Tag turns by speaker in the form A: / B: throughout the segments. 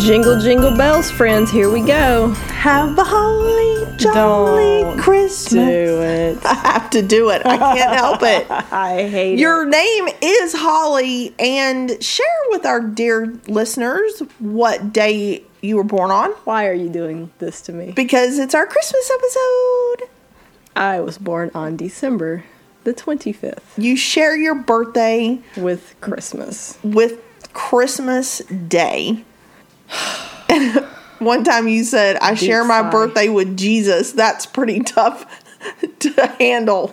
A: Jingle, jingle bells, friends. Here we go.
B: Have a holy, jolly
A: Don't
B: Christmas.
A: Do it.
B: I have to do it. I can't help it.
A: I hate it.
B: Your name is Holly, and share with our dear listeners what day you were born on
A: Why are you doing this to me?
B: because it's our Christmas episode.
A: I was born on December the 25th
B: You share your birthday
A: with Christmas.
B: with Christmas Day. One time you said, I share
A: sigh.
B: my birthday with Jesus. That's pretty tough to handle.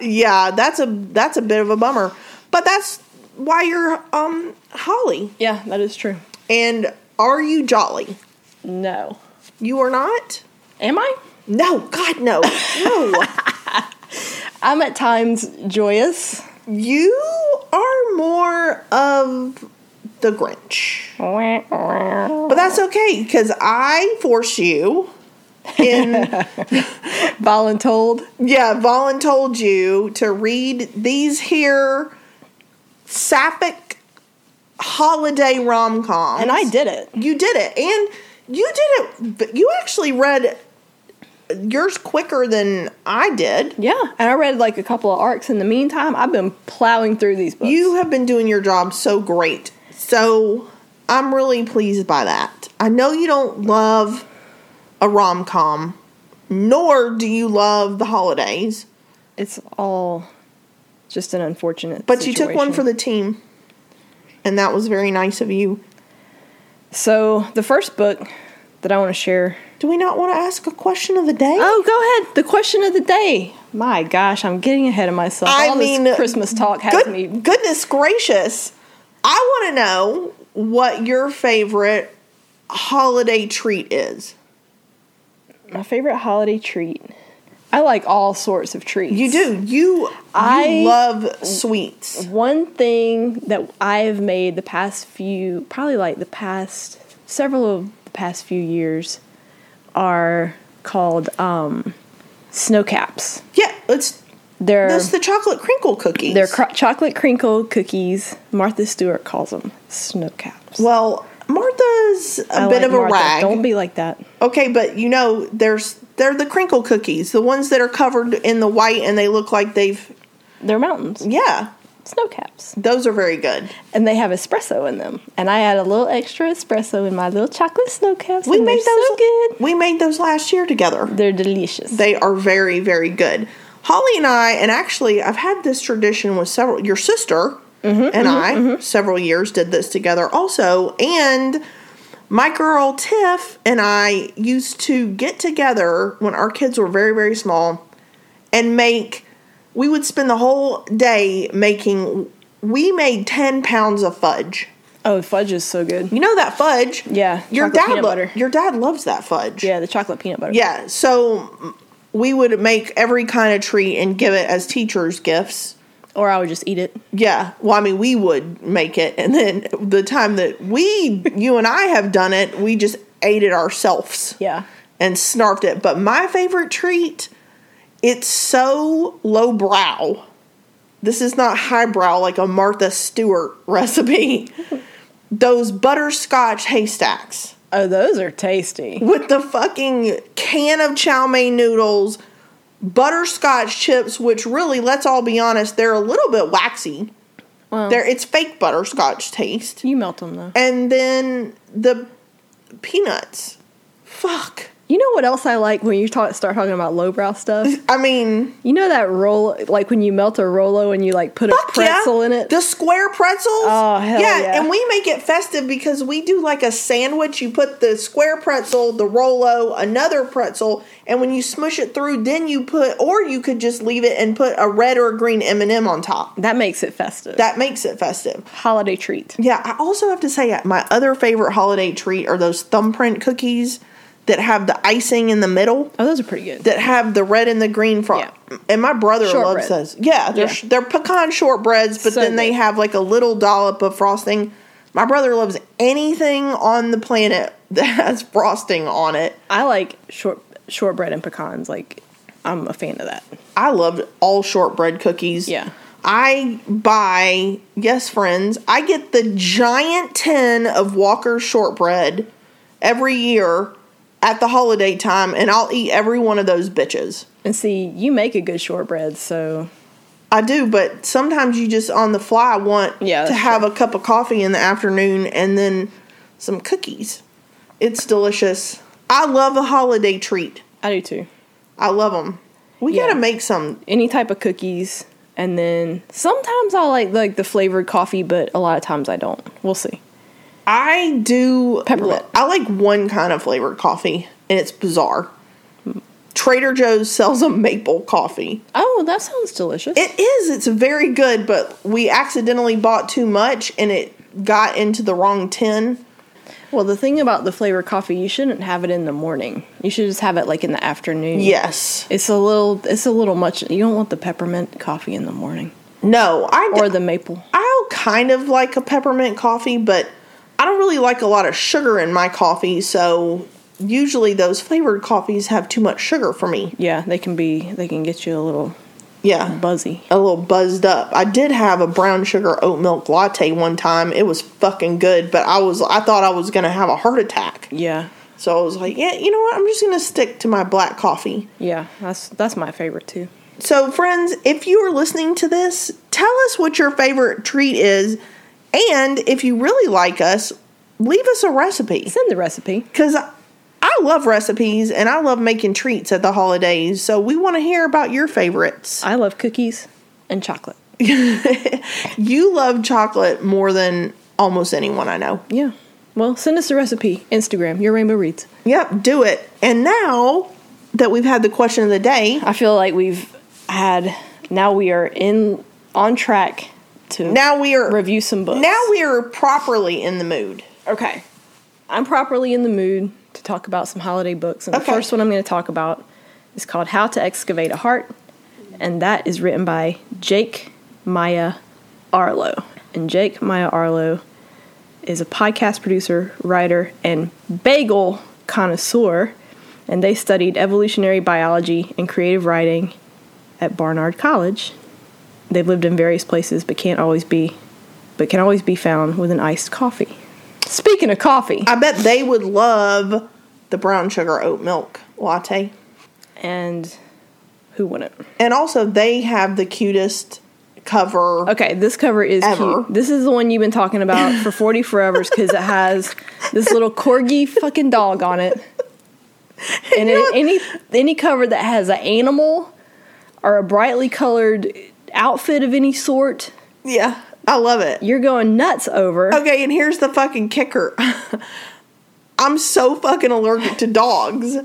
B: yeah, that's a that's a bit of a bummer. But that's why you're um Holly.
A: Yeah, that is true.
B: And are you jolly?
A: No.
B: You are not?
A: Am I?
B: No, God no. No.
A: I'm at times joyous.
B: you are more of the Grinch.
A: By
B: But that's okay, because I force you in
A: Voluntold.
B: Yeah, Valen told you to read these here sapphic holiday rom coms.
A: And I did it.
B: You did it. And you did it. But you actually read yours quicker than I did.
A: Yeah. And I read like a couple of arcs in the meantime. I've been plowing through these books.
B: You have been doing your job so great. So I'm really pleased by that. I know you don't love a rom com, nor do you love the holidays,
A: it's all just an unfortunate
B: but you took one
A: situation.
B: for the team. And that was very nice of you.
A: So the first book that I want to share.
B: Do we not want to ask a question of the day?
A: Oh, go ahead. The question of the day. My gosh, I'm getting ahead of myself.
B: I
A: All
B: mean,
A: this Christmas talk has
B: Good,
A: me.
B: goodness gracious. I want to know what your favorite holiday treat is.
A: My favorite holiday treat. I like all sorts of treats.
B: You do. You, you
A: I-
B: love sweets.
A: One thing that I've made the past few, probably like the past several of the past few years, are called um, snow caps.
B: Yeah, it's
A: They're
B: that's the chocolate crinkle cookies.
A: They're cr- chocolate crinkle cookies. Martha Stewart calls them snow caps.
B: well, Martha's a
A: I
B: bit
A: like
B: of a
A: Martha.
B: rag.
A: Don't be like that.
B: okay, but you know, there's they're the crinkle cookies, the ones that are covered in the white and they look like they've
A: They're mountains,
B: yeah,
A: snow caps,
B: those are very good.
A: and they have espresso in them. And I add a little extra espresso in my little chocolate snow caps.
B: We
A: and
B: made
A: they're
B: those
A: so good.
B: We made those last year together.
A: They're delicious.
B: They are very, very good. Holly and I, and actually, I've had this tradition with several, your sister
A: Mm-hmm,
B: and I, several years did this together also. And my girl Tiff and I used to get together when our kids were very, very small and make, we would spend the whole day making, we made 10 pounds of fudge.
A: oh, fudge is so good.
B: You know that fudge?
A: Yeah,
B: Your
A: chocolate
B: dad,
A: peanut
B: lo-
A: butter.
B: your dad loves that fudge.
A: Yeah, the chocolate peanut butter.
B: Yeah, so m- we would make every kind of treat and give it as teachers' gifts.
A: Or I would just eat it.
B: Yeah, well, I mean, we would make it, and then the time that we, you and I, have done it, we just ate it ourselves
A: Yeah.
B: and snarfed it. But my favorite treat, it's so lowbrow. This is not highbrow like a Martha Stewart recipe. Those butterscotch haystacks
A: Oh, those are tasty.
B: with the fucking can of chow mein noodles, butterscotch chips, which really, let's all be honest, they're a little bit waxy.
A: Well,
B: They're, it's fake butterscotch taste.
A: you melt them though.
B: And then the peanuts. Fuck.
A: You know what else I like when you talk, start talking about lowbrow stuff?
B: I mean,
A: You know that roll, like when you melt a Rolo and you like put a
B: fuck
A: pretzel
B: yeah.
A: in it.
B: The square pretzels.
A: Oh, hell yeah.
B: and we make it festive because we do like a sandwich. You put the square pretzel, the Rolo, another pretzel, and when you smush it through, then you put, or you could just leave it and put a red or a green M and m on top.
A: that makes it festive.
B: That makes it festive.
A: holiday treat.
B: Yeah, I also have to say uh, my other favorite holiday treat are those thumbprint cookies that have the icing in the middle
A: Oh, those are pretty good.
B: that have the red and the green frog.
A: Yeah.
B: And my brother
A: Shortbread.
B: loves those. Yeah, they're
A: Yeah.
B: sh they're pecan shortbreads, but
A: So
B: then they
A: good.
B: have like a little dollop of frosting. My brother loves anything on the planet that has frosting on it.
A: I like short shortbread and pecans. Like, I'm a fan of that.
B: I loved all shortbread cookies.
A: Yeah.
B: I buy, yes, friends, I get the giant tin of Walker's shortbread every year at the holiday time, and I'll eat every one of those bitches.
A: And see, you make a good shortbread, so
B: I do, but sometimes you just on the fly want
A: Yeah,
B: to
A: that's
B: have a cup of coffee in the afternoon and then some cookies. It's delicious. I love a holiday treat.
A: I do too.
B: I love them. We
A: Yeah.
B: gotta make some.
A: Any type of cookies, and then sometimes I like like the flavored coffee, but a lot of times I don't. We'll see.
B: I do.
A: Peppermint.
B: I like one kind of flavored coffee, and it's bizarre. Trader Joe's sells a maple coffee.
A: Oh, that sounds delicious.
B: It is. It's very good, but we accidentally bought too much, and it got into the wrong tin.
A: well, the thing about the flavored coffee, you shouldn't have it in the morning. You should just have it like in the afternoon.
B: Yes.
A: It's a little it's a little much. You don't want the peppermint coffee in the morning
B: No. I
A: or the maple.
B: I'll kind of like a peppermint coffee, but I don't really like a lot of sugar in my coffee, so usually those flavored coffees have too much sugar for me.
A: Yeah, they can be they can get you a little
B: Yeah.
A: buzzy.
B: a little buzzed up. I did have a brown sugar oat milk latte one time. It was fucking good, but I was I thought I was going to have a heart attack.
A: Yeah.
B: So I was like, yeah, you know what? I'm just going to stick to my black coffee.
A: Yeah, that's that's my favorite too.
B: So, friends, if you are listening to this, tell us what your favorite treat is. And if you really like us, leave us a recipe.
A: Send the recipe.
B: Because I love recipes and I love making treats at the holidays. So, we want to hear about your favorites.
A: I love cookies and chocolate.
B: You love chocolate more than almost anyone I know.
A: Yeah. Well, send us a recipe. Instagram, your rainbow reads.
B: Yep, do it. And now that we've had the question of the day,
A: I feel like we've had now we are in on track to
B: now we are
A: review some books.
B: now we are properly in the mood.
A: Okay. I'm properly in the mood to talk about some holiday books. And the
B: Okay.
A: first one I'm going to talk about is called How to Excavate a Heart. And that is written by Jake Maya Arlo. And Jake Maya Arlo is a podcast producer, writer, and bagel connoisseur. And they studied evolutionary biology and creative writing at Barnard College. They've lived in various places but can't always be but can always be found with an iced coffee. Speaking of coffee,
B: I bet they would love the brown sugar oat milk latte.
A: and who wouldn't?
B: And also they have the cutest cover.
A: Okay, this cover is
B: Ever.
A: cute. This is the one you've been talking about for 40 Forevers because it has this little corgi fucking dog on it. And it, any any cover that has an animal or a brightly colored outfit of any sort,
B: Yeah, I love it.
A: you're going nuts over.
B: Okay, and here's the fucking kicker. I'm so fucking allergic to dogs,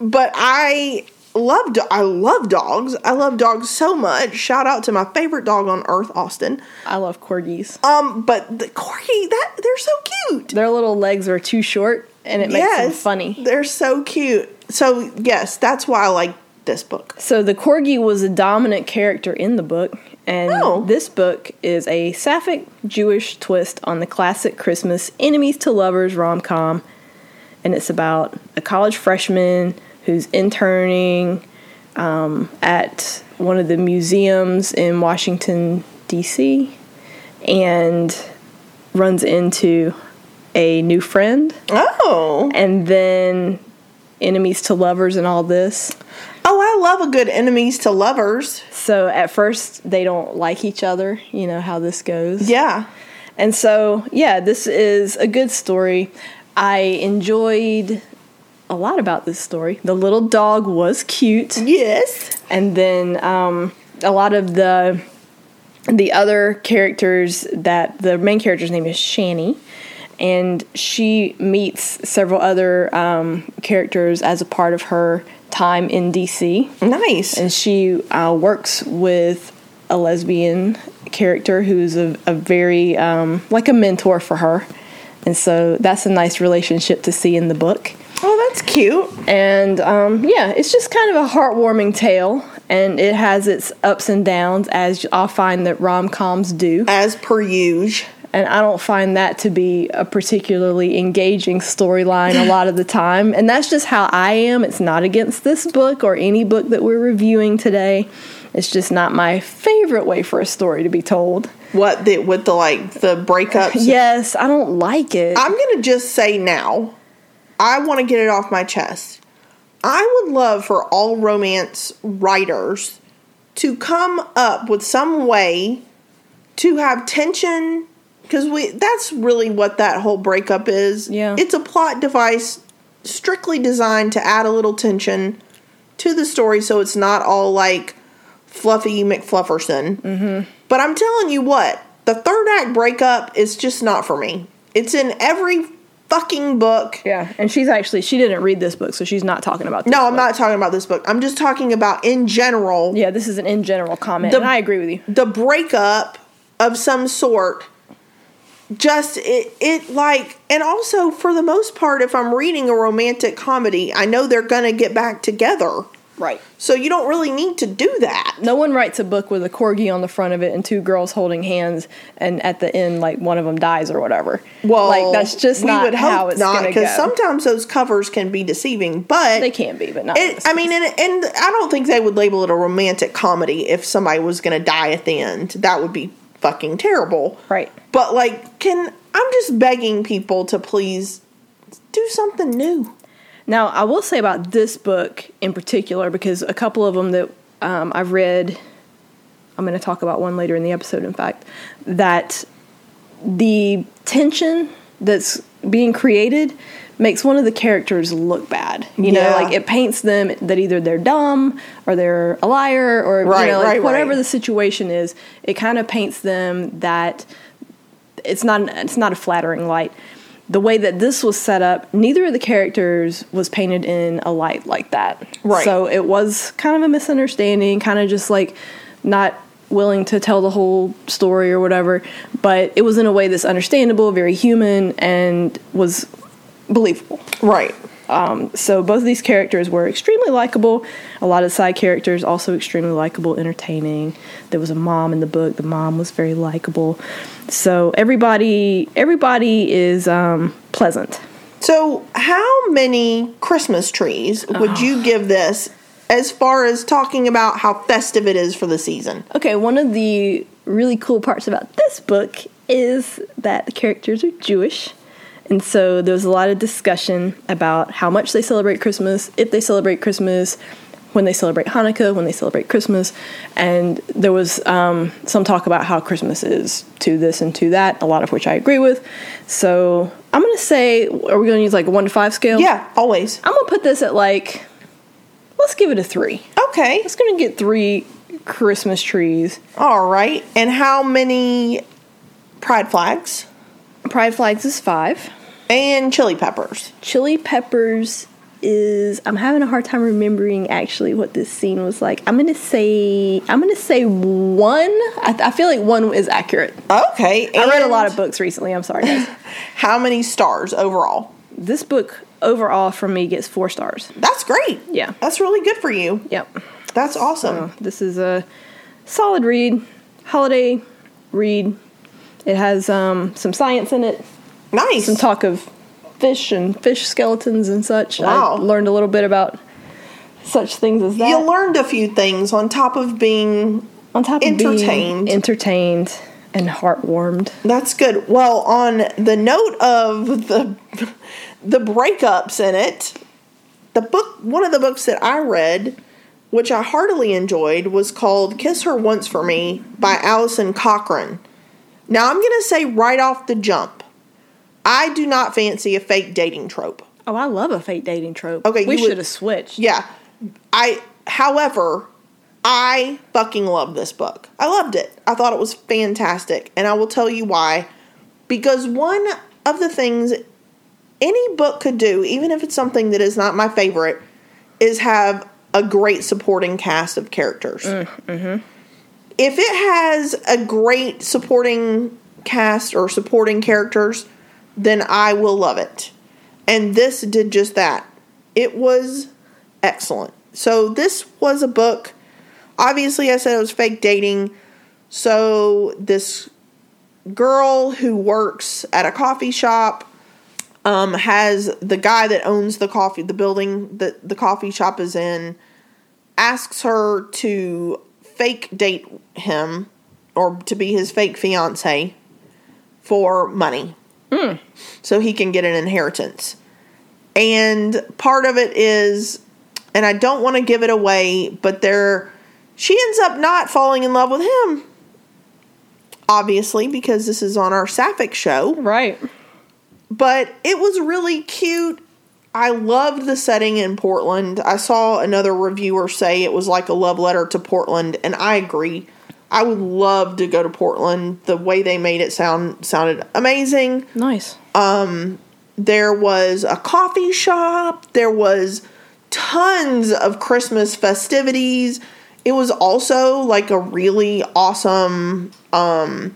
B: but I love do- I love dogs. I love dogs so much. Shout out to my favorite dog on earth, Austin.
A: I love corgis.
B: Um, but the corgi that they're so cute.
A: Their little legs are too short, and it makes them funny.
B: They're so cute. So yes, that's why I like this book.
A: So the corgi was a dominant character in the book, and
B: Oh.
A: this book is a sapphic Jewish twist on the classic Christmas enemies to lovers rom com, and it's about a college freshman who's interning um, at one of the museums in Washington D.C. and runs into a new friend,
B: Oh,
A: and then enemies to lovers and all this.
B: oh, I love a good enemies to lovers.
A: So at first they don't like each other, you know how this goes.
B: Yeah,
A: And so, yeah, this is a good story. I enjoyed a lot about this story. The little dog was cute
B: yes,
A: and then um, a lot of the the other characters that the main character's name is Shani, and she meets several other um, characters as a part of her time in DC
B: nice.
A: and she uh, works with a lesbian character who's a, a very um, like a mentor for her and so that's a nice relationship to see in the book
B: Oh, that's cute.
A: and um, yeah it's just kind of a heartwarming tale and it has its ups and downs as i'll find that rom-coms do
B: As per usual.
A: and I don't find that to be a particularly engaging storyline a lot of the time. And that's just how I am. It's not against this book or any book that we're reviewing today. It's just not my favorite way for a story to be told.
B: What the with the like the breakups?
A: Yes, I don't like it.
B: I'm gonna just say now, I want to get it off my chest. I would love for all romance writers to come up with some way to have tension because we that's really what that whole breakup is.
A: Yeah.
B: It's a plot device strictly designed to add a little tension to the story so it's not all like fluffy McFlufferson. Mm-hmm. But I'm telling you what, the third act breakup is just not for me. It's in every fucking book.
A: yeah, and she's actually she didn't read this book, so she's not talking about. This
B: No,
A: book.
B: I'm not talking about this book. I'm just talking about in general
A: Yeah, this is an in general comment,
B: The-
A: and I agree with you.
B: the breakup of some sort just it, it like and also for the most part if i'm reading a romantic comedy i know they're gonna get back together
A: Right.
B: so you don't really need to do that
A: No one writes a book with a corgi on the front of it and two girls holding hands, and at the end, like one of them dies or whatever. like that's just not how it's going to go.
B: because sometimes those covers can be deceiving but
A: they can be, but not. in
B: it,
A: this
B: i
A: case.
B: mean and, and i don't think they would label it a romantic comedy if somebody was gonna die at the end that would be fucking terrible
A: right?
B: But like, can I'm just begging people to please do something new.
A: Now, I will say about this book in particular, because a couple of them that um, I've read, I'm going to talk about one later in the episode, in fact, that the tension that's being created makes one of the characters look bad. You
B: Yeah.
A: know, like it paints them that either they're dumb or they're a liar or you
B: Right,
A: know, like,
B: right,
A: whatever
B: right.
A: the situation is, it kind of paints them that it's not an, it's not a flattering light. The way that this was set up, neither of the characters was painted in a light like that.
B: Right.
A: So it was kind of a misunderstanding, kind of just like not willing to tell the whole story or whatever. But it was in a way that's understandable, very human, and was believable.
B: Right.
A: So both of these characters were extremely likable. A lot of side characters also extremely likable, entertaining. There was a mom in the book. The mom was very likable. So everybody everybody is um, pleasant.
B: So, how many Christmas trees would you give this as far as talking about how festive it is for the season?
A: Okay, one of the really cool parts about this book is that the characters are Jewish. And so there was a lot of discussion about how much they celebrate Christmas, if they celebrate Christmas, when they celebrate Hanukkah, when they celebrate Christmas. And there was um, some talk about how Christmas is to this and to that, a lot of which I agree with. So I'm going to say, are we going to use like a one to five scale?
B: Yeah, always.
A: I'm going to put this at like, let's give it a three.
B: Okay.
A: It's going to get three Christmas trees.
B: All right. And how many pride flags
A: Pride flags is five.
B: and chili peppers?
A: Chili peppers is I'm having a hard time remembering actually what this scene was like. I'm gonna say I'm gonna say one. I, th- I feel like one is accurate.
B: Okay.
A: I read a lot
B: and
A: of books recently. I'm sorry, guys.
B: How many stars overall?
A: this book overall for me gets four stars.
B: That's great.
A: Yeah.
B: That's really good for you.
A: Yep.
B: That's awesome.
A: This is a solid read, holiday read. It has um, some science in it.
B: nice.
A: some talk of fish and fish skeletons and such.
B: Wow.
A: I learned a little bit about such things as that.
B: you learned a few things on top of being
A: On top of
B: entertained.
A: being entertained and heartwarmed.
B: that's good well on the note of the the breakups in it the book one of the books that i read which i heartily enjoyed was called kiss her once for me by allison cochran now i'm going to say right off the jump i do not fancy a fake dating trope
A: Oh, I love a fake dating trope.
B: Okay,
A: we
B: you would-
A: should have switched.
B: Yeah. I however, I fucking love this book. I loved it. I thought it was fantastic, and I will tell you why. Because one of the things any book could do, even if it's something that is not my favorite, is have a great supporting cast of characters. If it has a great supporting cast or supporting characters, then I will love it. And this did just that. It was excellent. So this was a book. Obviously, I said it was fake dating. So this girl who works at a coffee shop um, has the guy that owns the coffee, the building that the coffee shop is in, asks her to fake date him or to be his fake fiance for money so he can get an inheritance. And part of it is, and I don't want to give it away, but there, she ends up not falling in love with him. Obviously, because this is on our Sapphic show
A: Right.
B: but it was really cute. I loved the setting in Portland. I saw another reviewer say it was like a love letter to Portland, and I agree. I would love to go to Portland. The way they made it sound sounded amazing.
A: Nice.
B: There was a coffee shop. There was tons of Christmas festivities. It was also like a really awesome um,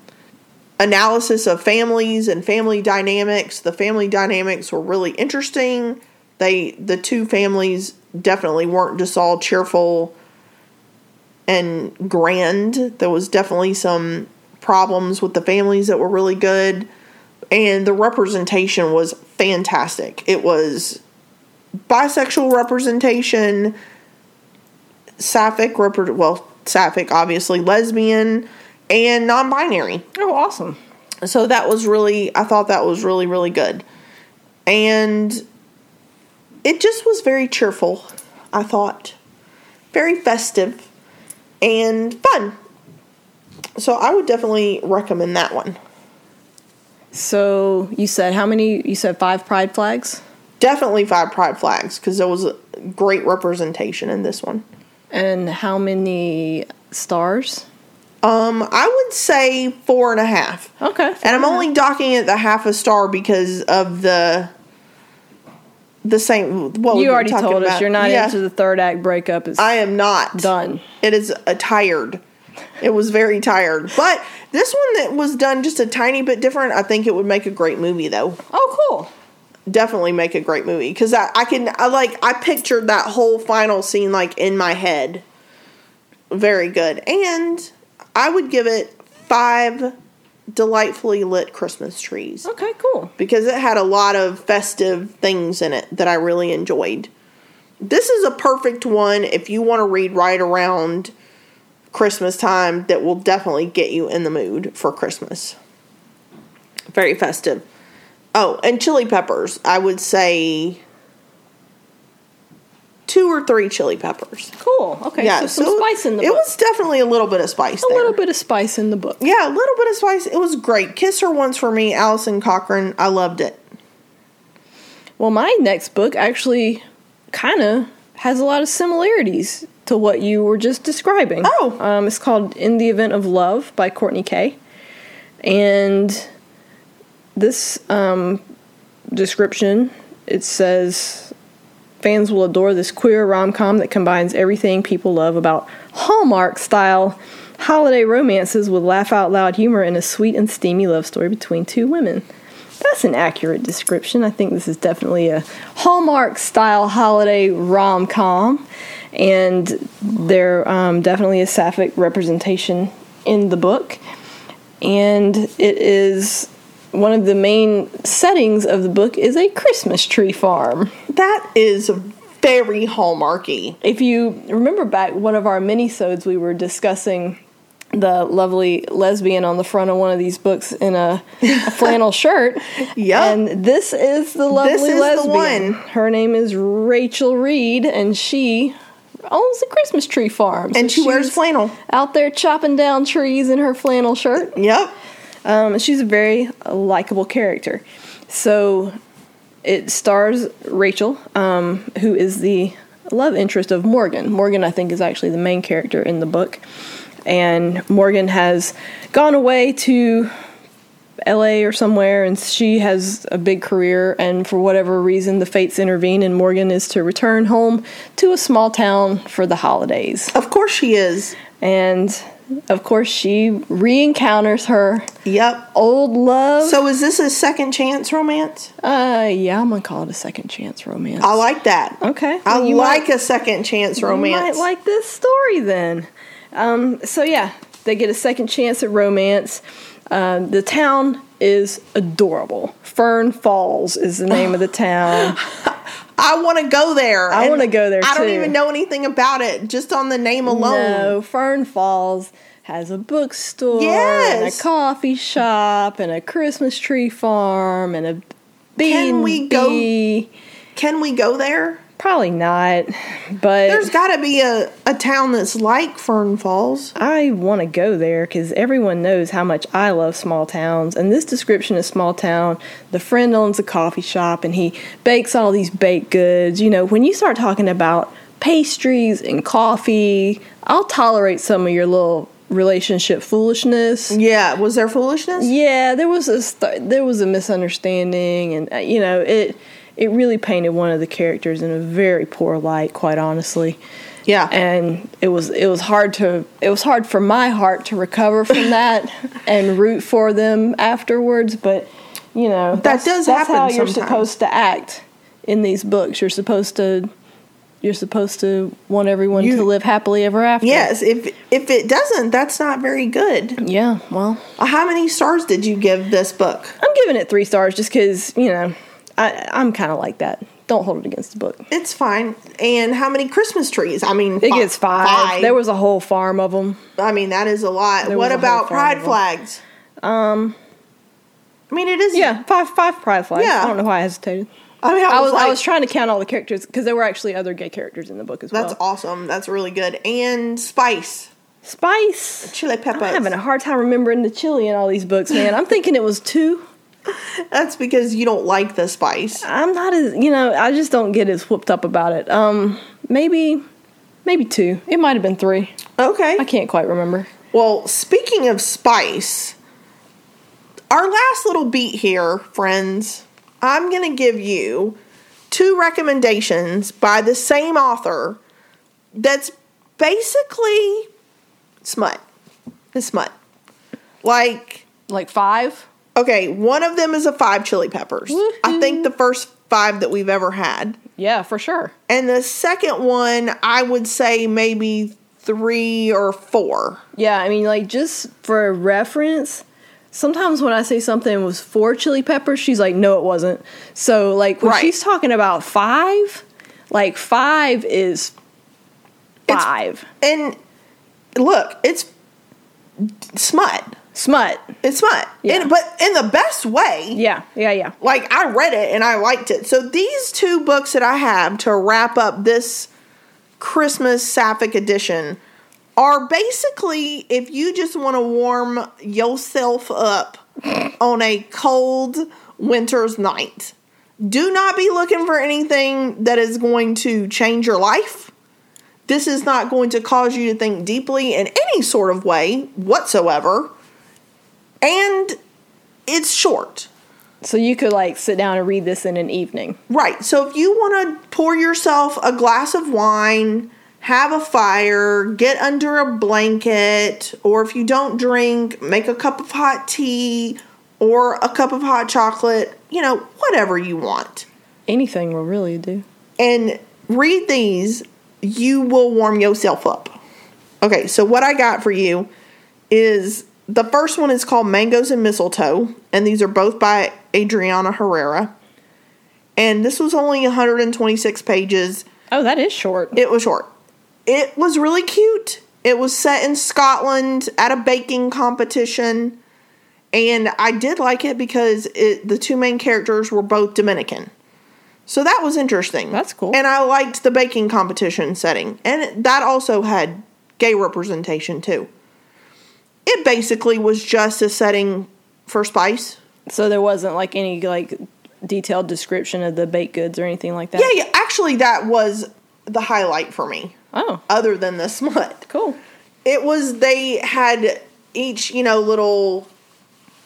B: analysis of families and family dynamics. The family dynamics were really interesting. They the two families definitely weren't just all cheerful and grand. There was definitely some problems with the families that were really good and the representation was fantastic. It was bisexual representation, sapphic repre- well, sapphic obviously, lesbian and non-binary
A: oh, awesome.
B: so that was really i thought that was really really good and it just was very cheerful i thought very festive and fun so i would definitely recommend that one
A: So you said how many? You said five pride flags,
B: definitely five pride flags because there was great representation in this one
A: and how many stars?
B: um i would say four and a half
A: Okay.
B: And I'm only docking it the half a star because of the the same. What we've
A: You
B: been
A: already
B: talking
A: told us
B: about.
A: you're not
B: Yeah,
A: into the third act breakup. It's
B: I am not
A: done.
B: It is a tired. It was very tired, but this one that was done just a tiny bit different. I think it would make a great movie, though.
A: Oh, cool.
B: Definitely make a great movie because I, I can I like I pictured that whole final scene like in my head. Very good, and I would give it five delightfully lit Christmas trees
A: Okay, cool.
B: because it had a lot of festive things in it that I really enjoyed. This is a perfect one if you want to read right around Christmas time that will definitely get you in the mood for Christmas. Very festive. Oh, and chili peppers. I would say two or three chili peppers.
A: Cool. Okay, so some spice in the
B: it
A: book.
B: was definitely a little bit of spice.
A: a
B: there.
A: little bit of spice in the book.
B: Yeah, a little bit of spice. It was great. Kiss Her Once for Me, Allison Cochran. I loved it.
A: Well, my next book actually kind of has a lot of similarities to what you were just describing.
B: Oh.
A: Um, it's called In the Event of Love by Courtney Kay. And this um, description, it says fans will adore this queer rom-com that combines everything people love about Hallmark style holiday romances with laugh out loud humor and a sweet and steamy love story between two women. That's an accurate description. I think this is definitely a Hallmark style holiday rom com, and there um, definitely is sapphic representation in the book. And it is one of the main settings of the book is a Christmas tree farm.
B: That is very hallmarky.
A: If you remember back one of our mini-sodes, we were discussing the lovely lesbian on the front of one of these books in a, a flannel shirt.
B: Yep.
A: And this is the lovely
B: is the
A: lesbian.
B: one.
A: Her name is Rachel Reed, and she owns the Christmas tree farm. So
B: And she wears
A: she's
B: flannel.
A: out there chopping down trees in her flannel shirt.
B: Yep.
A: Um, and she's a very likable character. So it stars Rachel, um, who is the love interest of Morgan. Morgan, I think, is actually the main character in the book. And Morgan has gone away to LA or somewhere, and she has a big career. And for whatever reason, the fates intervene, and Morgan is to return home to a small town for the holidays.
B: Of course she is.
A: And of course, she re encounters her
B: Yep.
A: old love.
B: So is this a second chance romance?
A: uh, yeah, I'm gonna call it a second chance romance.
B: I like that.
A: okay,
B: I
A: well, Oh, you
B: like
A: might,
B: a second chance
A: You might
B: romance.
A: like this story then. Um, so yeah, they get a second chance at romance. Um, the town is adorable. Fern Falls is the name of the town.
B: I want to go there.
A: I
B: and
A: wanna go there,
B: I don't
A: too.
B: even know anything about it, just on the name alone.
A: No, Fern Falls has a bookstore and
B: Yes.
A: a coffee shop and a Christmas tree farm and a bee.
B: Can
A: and
B: we go-
A: bee.
B: Can we go there?
A: Probably not, but
B: There's got to be a, a town that's like Fern Falls.
A: I want to go there because everyone knows how much I love small towns. And this description is small town. The friend owns a coffee shop and he bakes all these baked goods. You know, when you start talking about pastries and coffee, I'll tolerate some of your little relationship foolishness.
B: Yeah, was there foolishness?
A: Yeah, there was a st- there was a misunderstanding, and uh, you know it it really painted one of the characters in a very poor light, quite honestly.
B: Yeah.
A: and it was it was hard to it was hard for my heart to recover from that and root for them afterwards. But you know that's-
B: does
A: that's
B: happen
A: how you're
B: sometimes.
A: supposed to act in these books. You're supposed to you're supposed to want everyone
B: You-
A: to live happily ever after.
B: Yes, if if it doesn't, that's not very good.
A: Yeah. Well.
B: How many stars did you give this book?
A: I'm giving it three stars just because you know I, I'm kind of like that. Don't hold it against the book.
B: It's fine. And how many Christmas trees? I mean,
A: It
B: fi-
A: gets five. There was a whole farm of them.
B: I mean, that is a lot.
A: There
B: What
A: was a whole
B: about
A: farm
B: pride
A: of 'em.
B: flags? Um, I mean, it is.
A: Yeah, five five pride flags.
B: Yeah.
A: I don't know why I hesitated.
B: I mean,
A: I was I
B: like-
A: was trying to count all the characters because there were actually other gay characters in the book as
B: That's
A: well.
B: awesome. That's really good. And spice,
A: Spice.
B: chili peppers.
A: I'm having a hard time remembering the chili in all these books, man. I'm thinking it was two.
B: That's because you don't like the spice.
A: I'm not as you know. I just don't get as whooped up about it. Um, maybe, maybe two. It might have been three.
B: Okay.
A: I can't quite remember.
B: Well, speaking of spice, our last little beat here, friends, I'm going to give you two recommendations by the same author that's basically smut. It's smut. Like,
A: Like five.
B: okay, one of them is a five chili peppers. I think the first five that we've ever had.
A: Yeah, for sure.
B: And the second one, I would say maybe three or four.
A: Yeah, I mean, like just for reference, sometimes when I say something was four chili peppers, she's like, "No, it wasn't." So like when
B: Right.
A: she's talking about five, like five is
B: It's-
A: five
B: And look, it's smut.
A: smut.
B: It's smut.
A: Yeah.
B: And, but in the best way.
A: Yeah, yeah, yeah.
B: Like I read it and I liked it. So these two books that I have to wrap up this Christmas Sapphic edition are basically if you just want to warm yourself up on a cold winter's night. Do not be looking for anything that is going to change your life. This is not going to cause you to think deeply in any sort of way whatsoever. And it's short.
A: So you could like sit down and read this in an evening.
B: Right. So if you want to pour yourself a glass of wine, have a fire, get under a blanket, or if you don't drink, make a cup of hot tea or a cup of hot chocolate, you know, whatever you want.
A: Anything will really do.
B: And read these, you will warm yourself up. Okay, so what I got for you is the first one is called Mangoes and Mistletoe, and these are both by Adriana Herrera. And this was only 126 pages.
A: Oh, that is short.
B: It was short. It was really cute. It was set in Scotland at a baking competition. And I did like it because it, the two main characters were both Dominican. So that was interesting.
A: That's cool.
B: And I liked the baking competition setting. And that also had gay representation too. It basically was just a setting for spice.
A: so there wasn't like any like detailed description of the baked goods or anything like that.
B: Yeah, yeah, actually, that was the highlight for me,
A: Oh,
B: other than the smut.
A: cool.
B: it was they had each you know little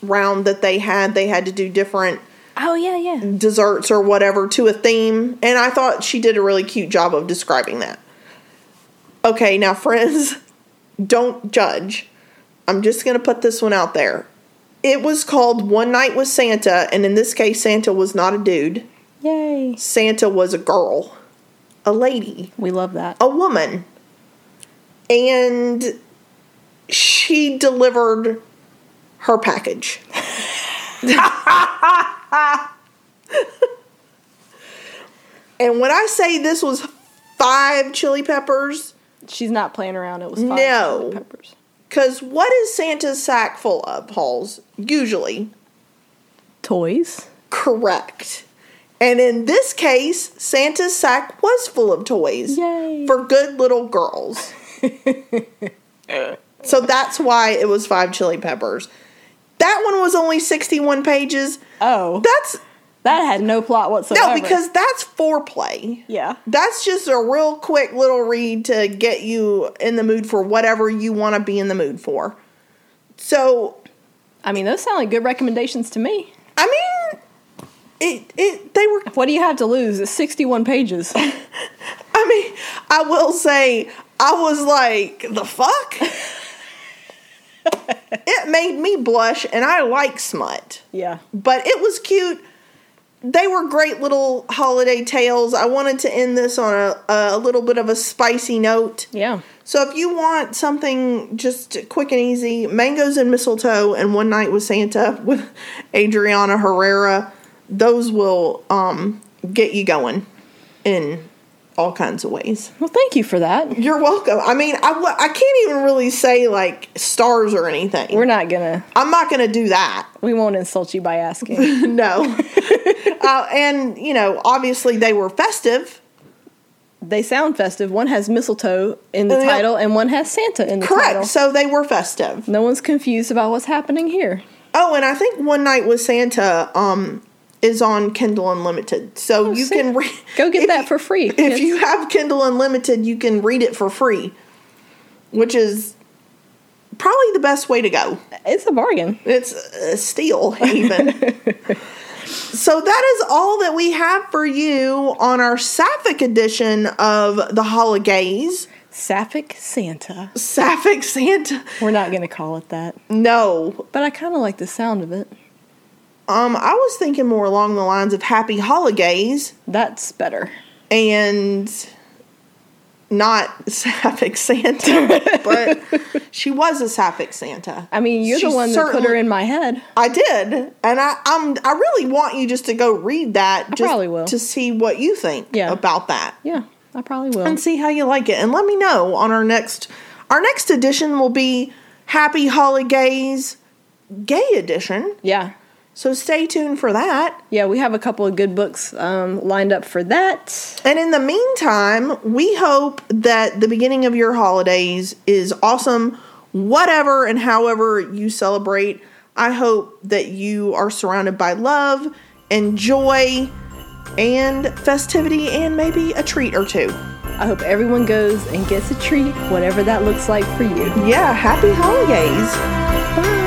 B: round that they had they had to do different
A: Oh yeah, yeah.
B: desserts or whatever to a theme and i thought she did a really cute job of describing that okay now friends don't judge i'm just going to put this one out there it was called one night with santa and in this case santa was not a dude
A: Yay.
B: santa was a girl a lady
A: We love that.
B: a woman and she delivered her package. and when I say this was five chili peppers,
A: She's not playing around. It was five
B: No.
A: chili peppers.
B: because what is Santa's sack full of, Halls? Usually.
A: Toys.
B: Correct. And in this case, Santa's sack was full of toys
A: Yay.
B: for good little girls. so that's why it was five chili peppers. That one was only 61 pages.
A: oh, that,
B: That's
A: had no plot whatsoever.
B: no, because that's foreplay.
A: yeah,
B: That's just a real quick little read to get you in the mood for whatever you want to be in the mood for. So
A: I mean those sound like good recommendations to me.
B: I mean, it it they were.
A: What do you have to lose? It's sixty-one pages.
B: I mean, I will say I was like the fuck. it made me blush, and I like smut,
A: yeah,
B: but it was cute. They were great little holiday tales. I wanted to end this on a, a little bit of a spicy note.
A: yeah.
B: So if you want something just quick and easy, Mangoes and Mistletoe and One Night with Santa with Adriana Herrera, those will um, get you going in all kinds of ways.
A: Well, thank you for that.
B: You're welcome. I mean, I, w- I can't even really say like stars or anything.
A: We're not gonna.
B: I'm not going to do that.
A: We won't insult you by asking.
B: No. uh, and, you know, obviously they were festive.
A: they sound festive. One has mistletoe in the
B: Yeah.
A: title, and one has Santa in the
B: Correct.
A: title.
B: So they were festive.
A: No one's confused about what's happening here.
B: Oh, and I think One Night with Santa um, is on Kindle Unlimited, so you
A: see.
B: can read.
A: Oh, Go get that for free.
B: If you have Kindle Unlimited, you can read it for free, which is probably the best way to go.
A: it's a bargain.
B: It's a steal, even. so that is all that we have for you on our Sapphic edition of the Holidays.
A: Sapphic Santa.
B: Sapphic Santa.
A: We're not gonna call it that,
B: No,
A: but I kind of like the sound of it.
B: um, I was thinking more along the lines of Happy Holidays.
A: That's better.
B: and not Sapphic Santa, but she was a Sapphic Santa.
A: I mean, you're
B: She
A: the one that put her
B: certainly-
A: in my head.
B: I did, and I I'm, I really want you just to go read that. Just
A: probably will.
B: to see what you think
A: Yeah.
B: about that
A: Yeah, I probably will.
B: and see how you like it, and let me know on our next our next edition will be Happy Holidays Gay Edition.
A: yeah,
B: So stay tuned for that.
A: yeah, we have a couple of good books um, lined up for that.
B: And in the meantime, we hope that the beginning of your holidays is awesome, whatever and however you celebrate. I hope that you are surrounded by love and joy and festivity and maybe a treat or two.
A: I hope everyone goes and gets a treat, whatever that looks like for you.
B: Yeah, happy holidays.
A: Bye.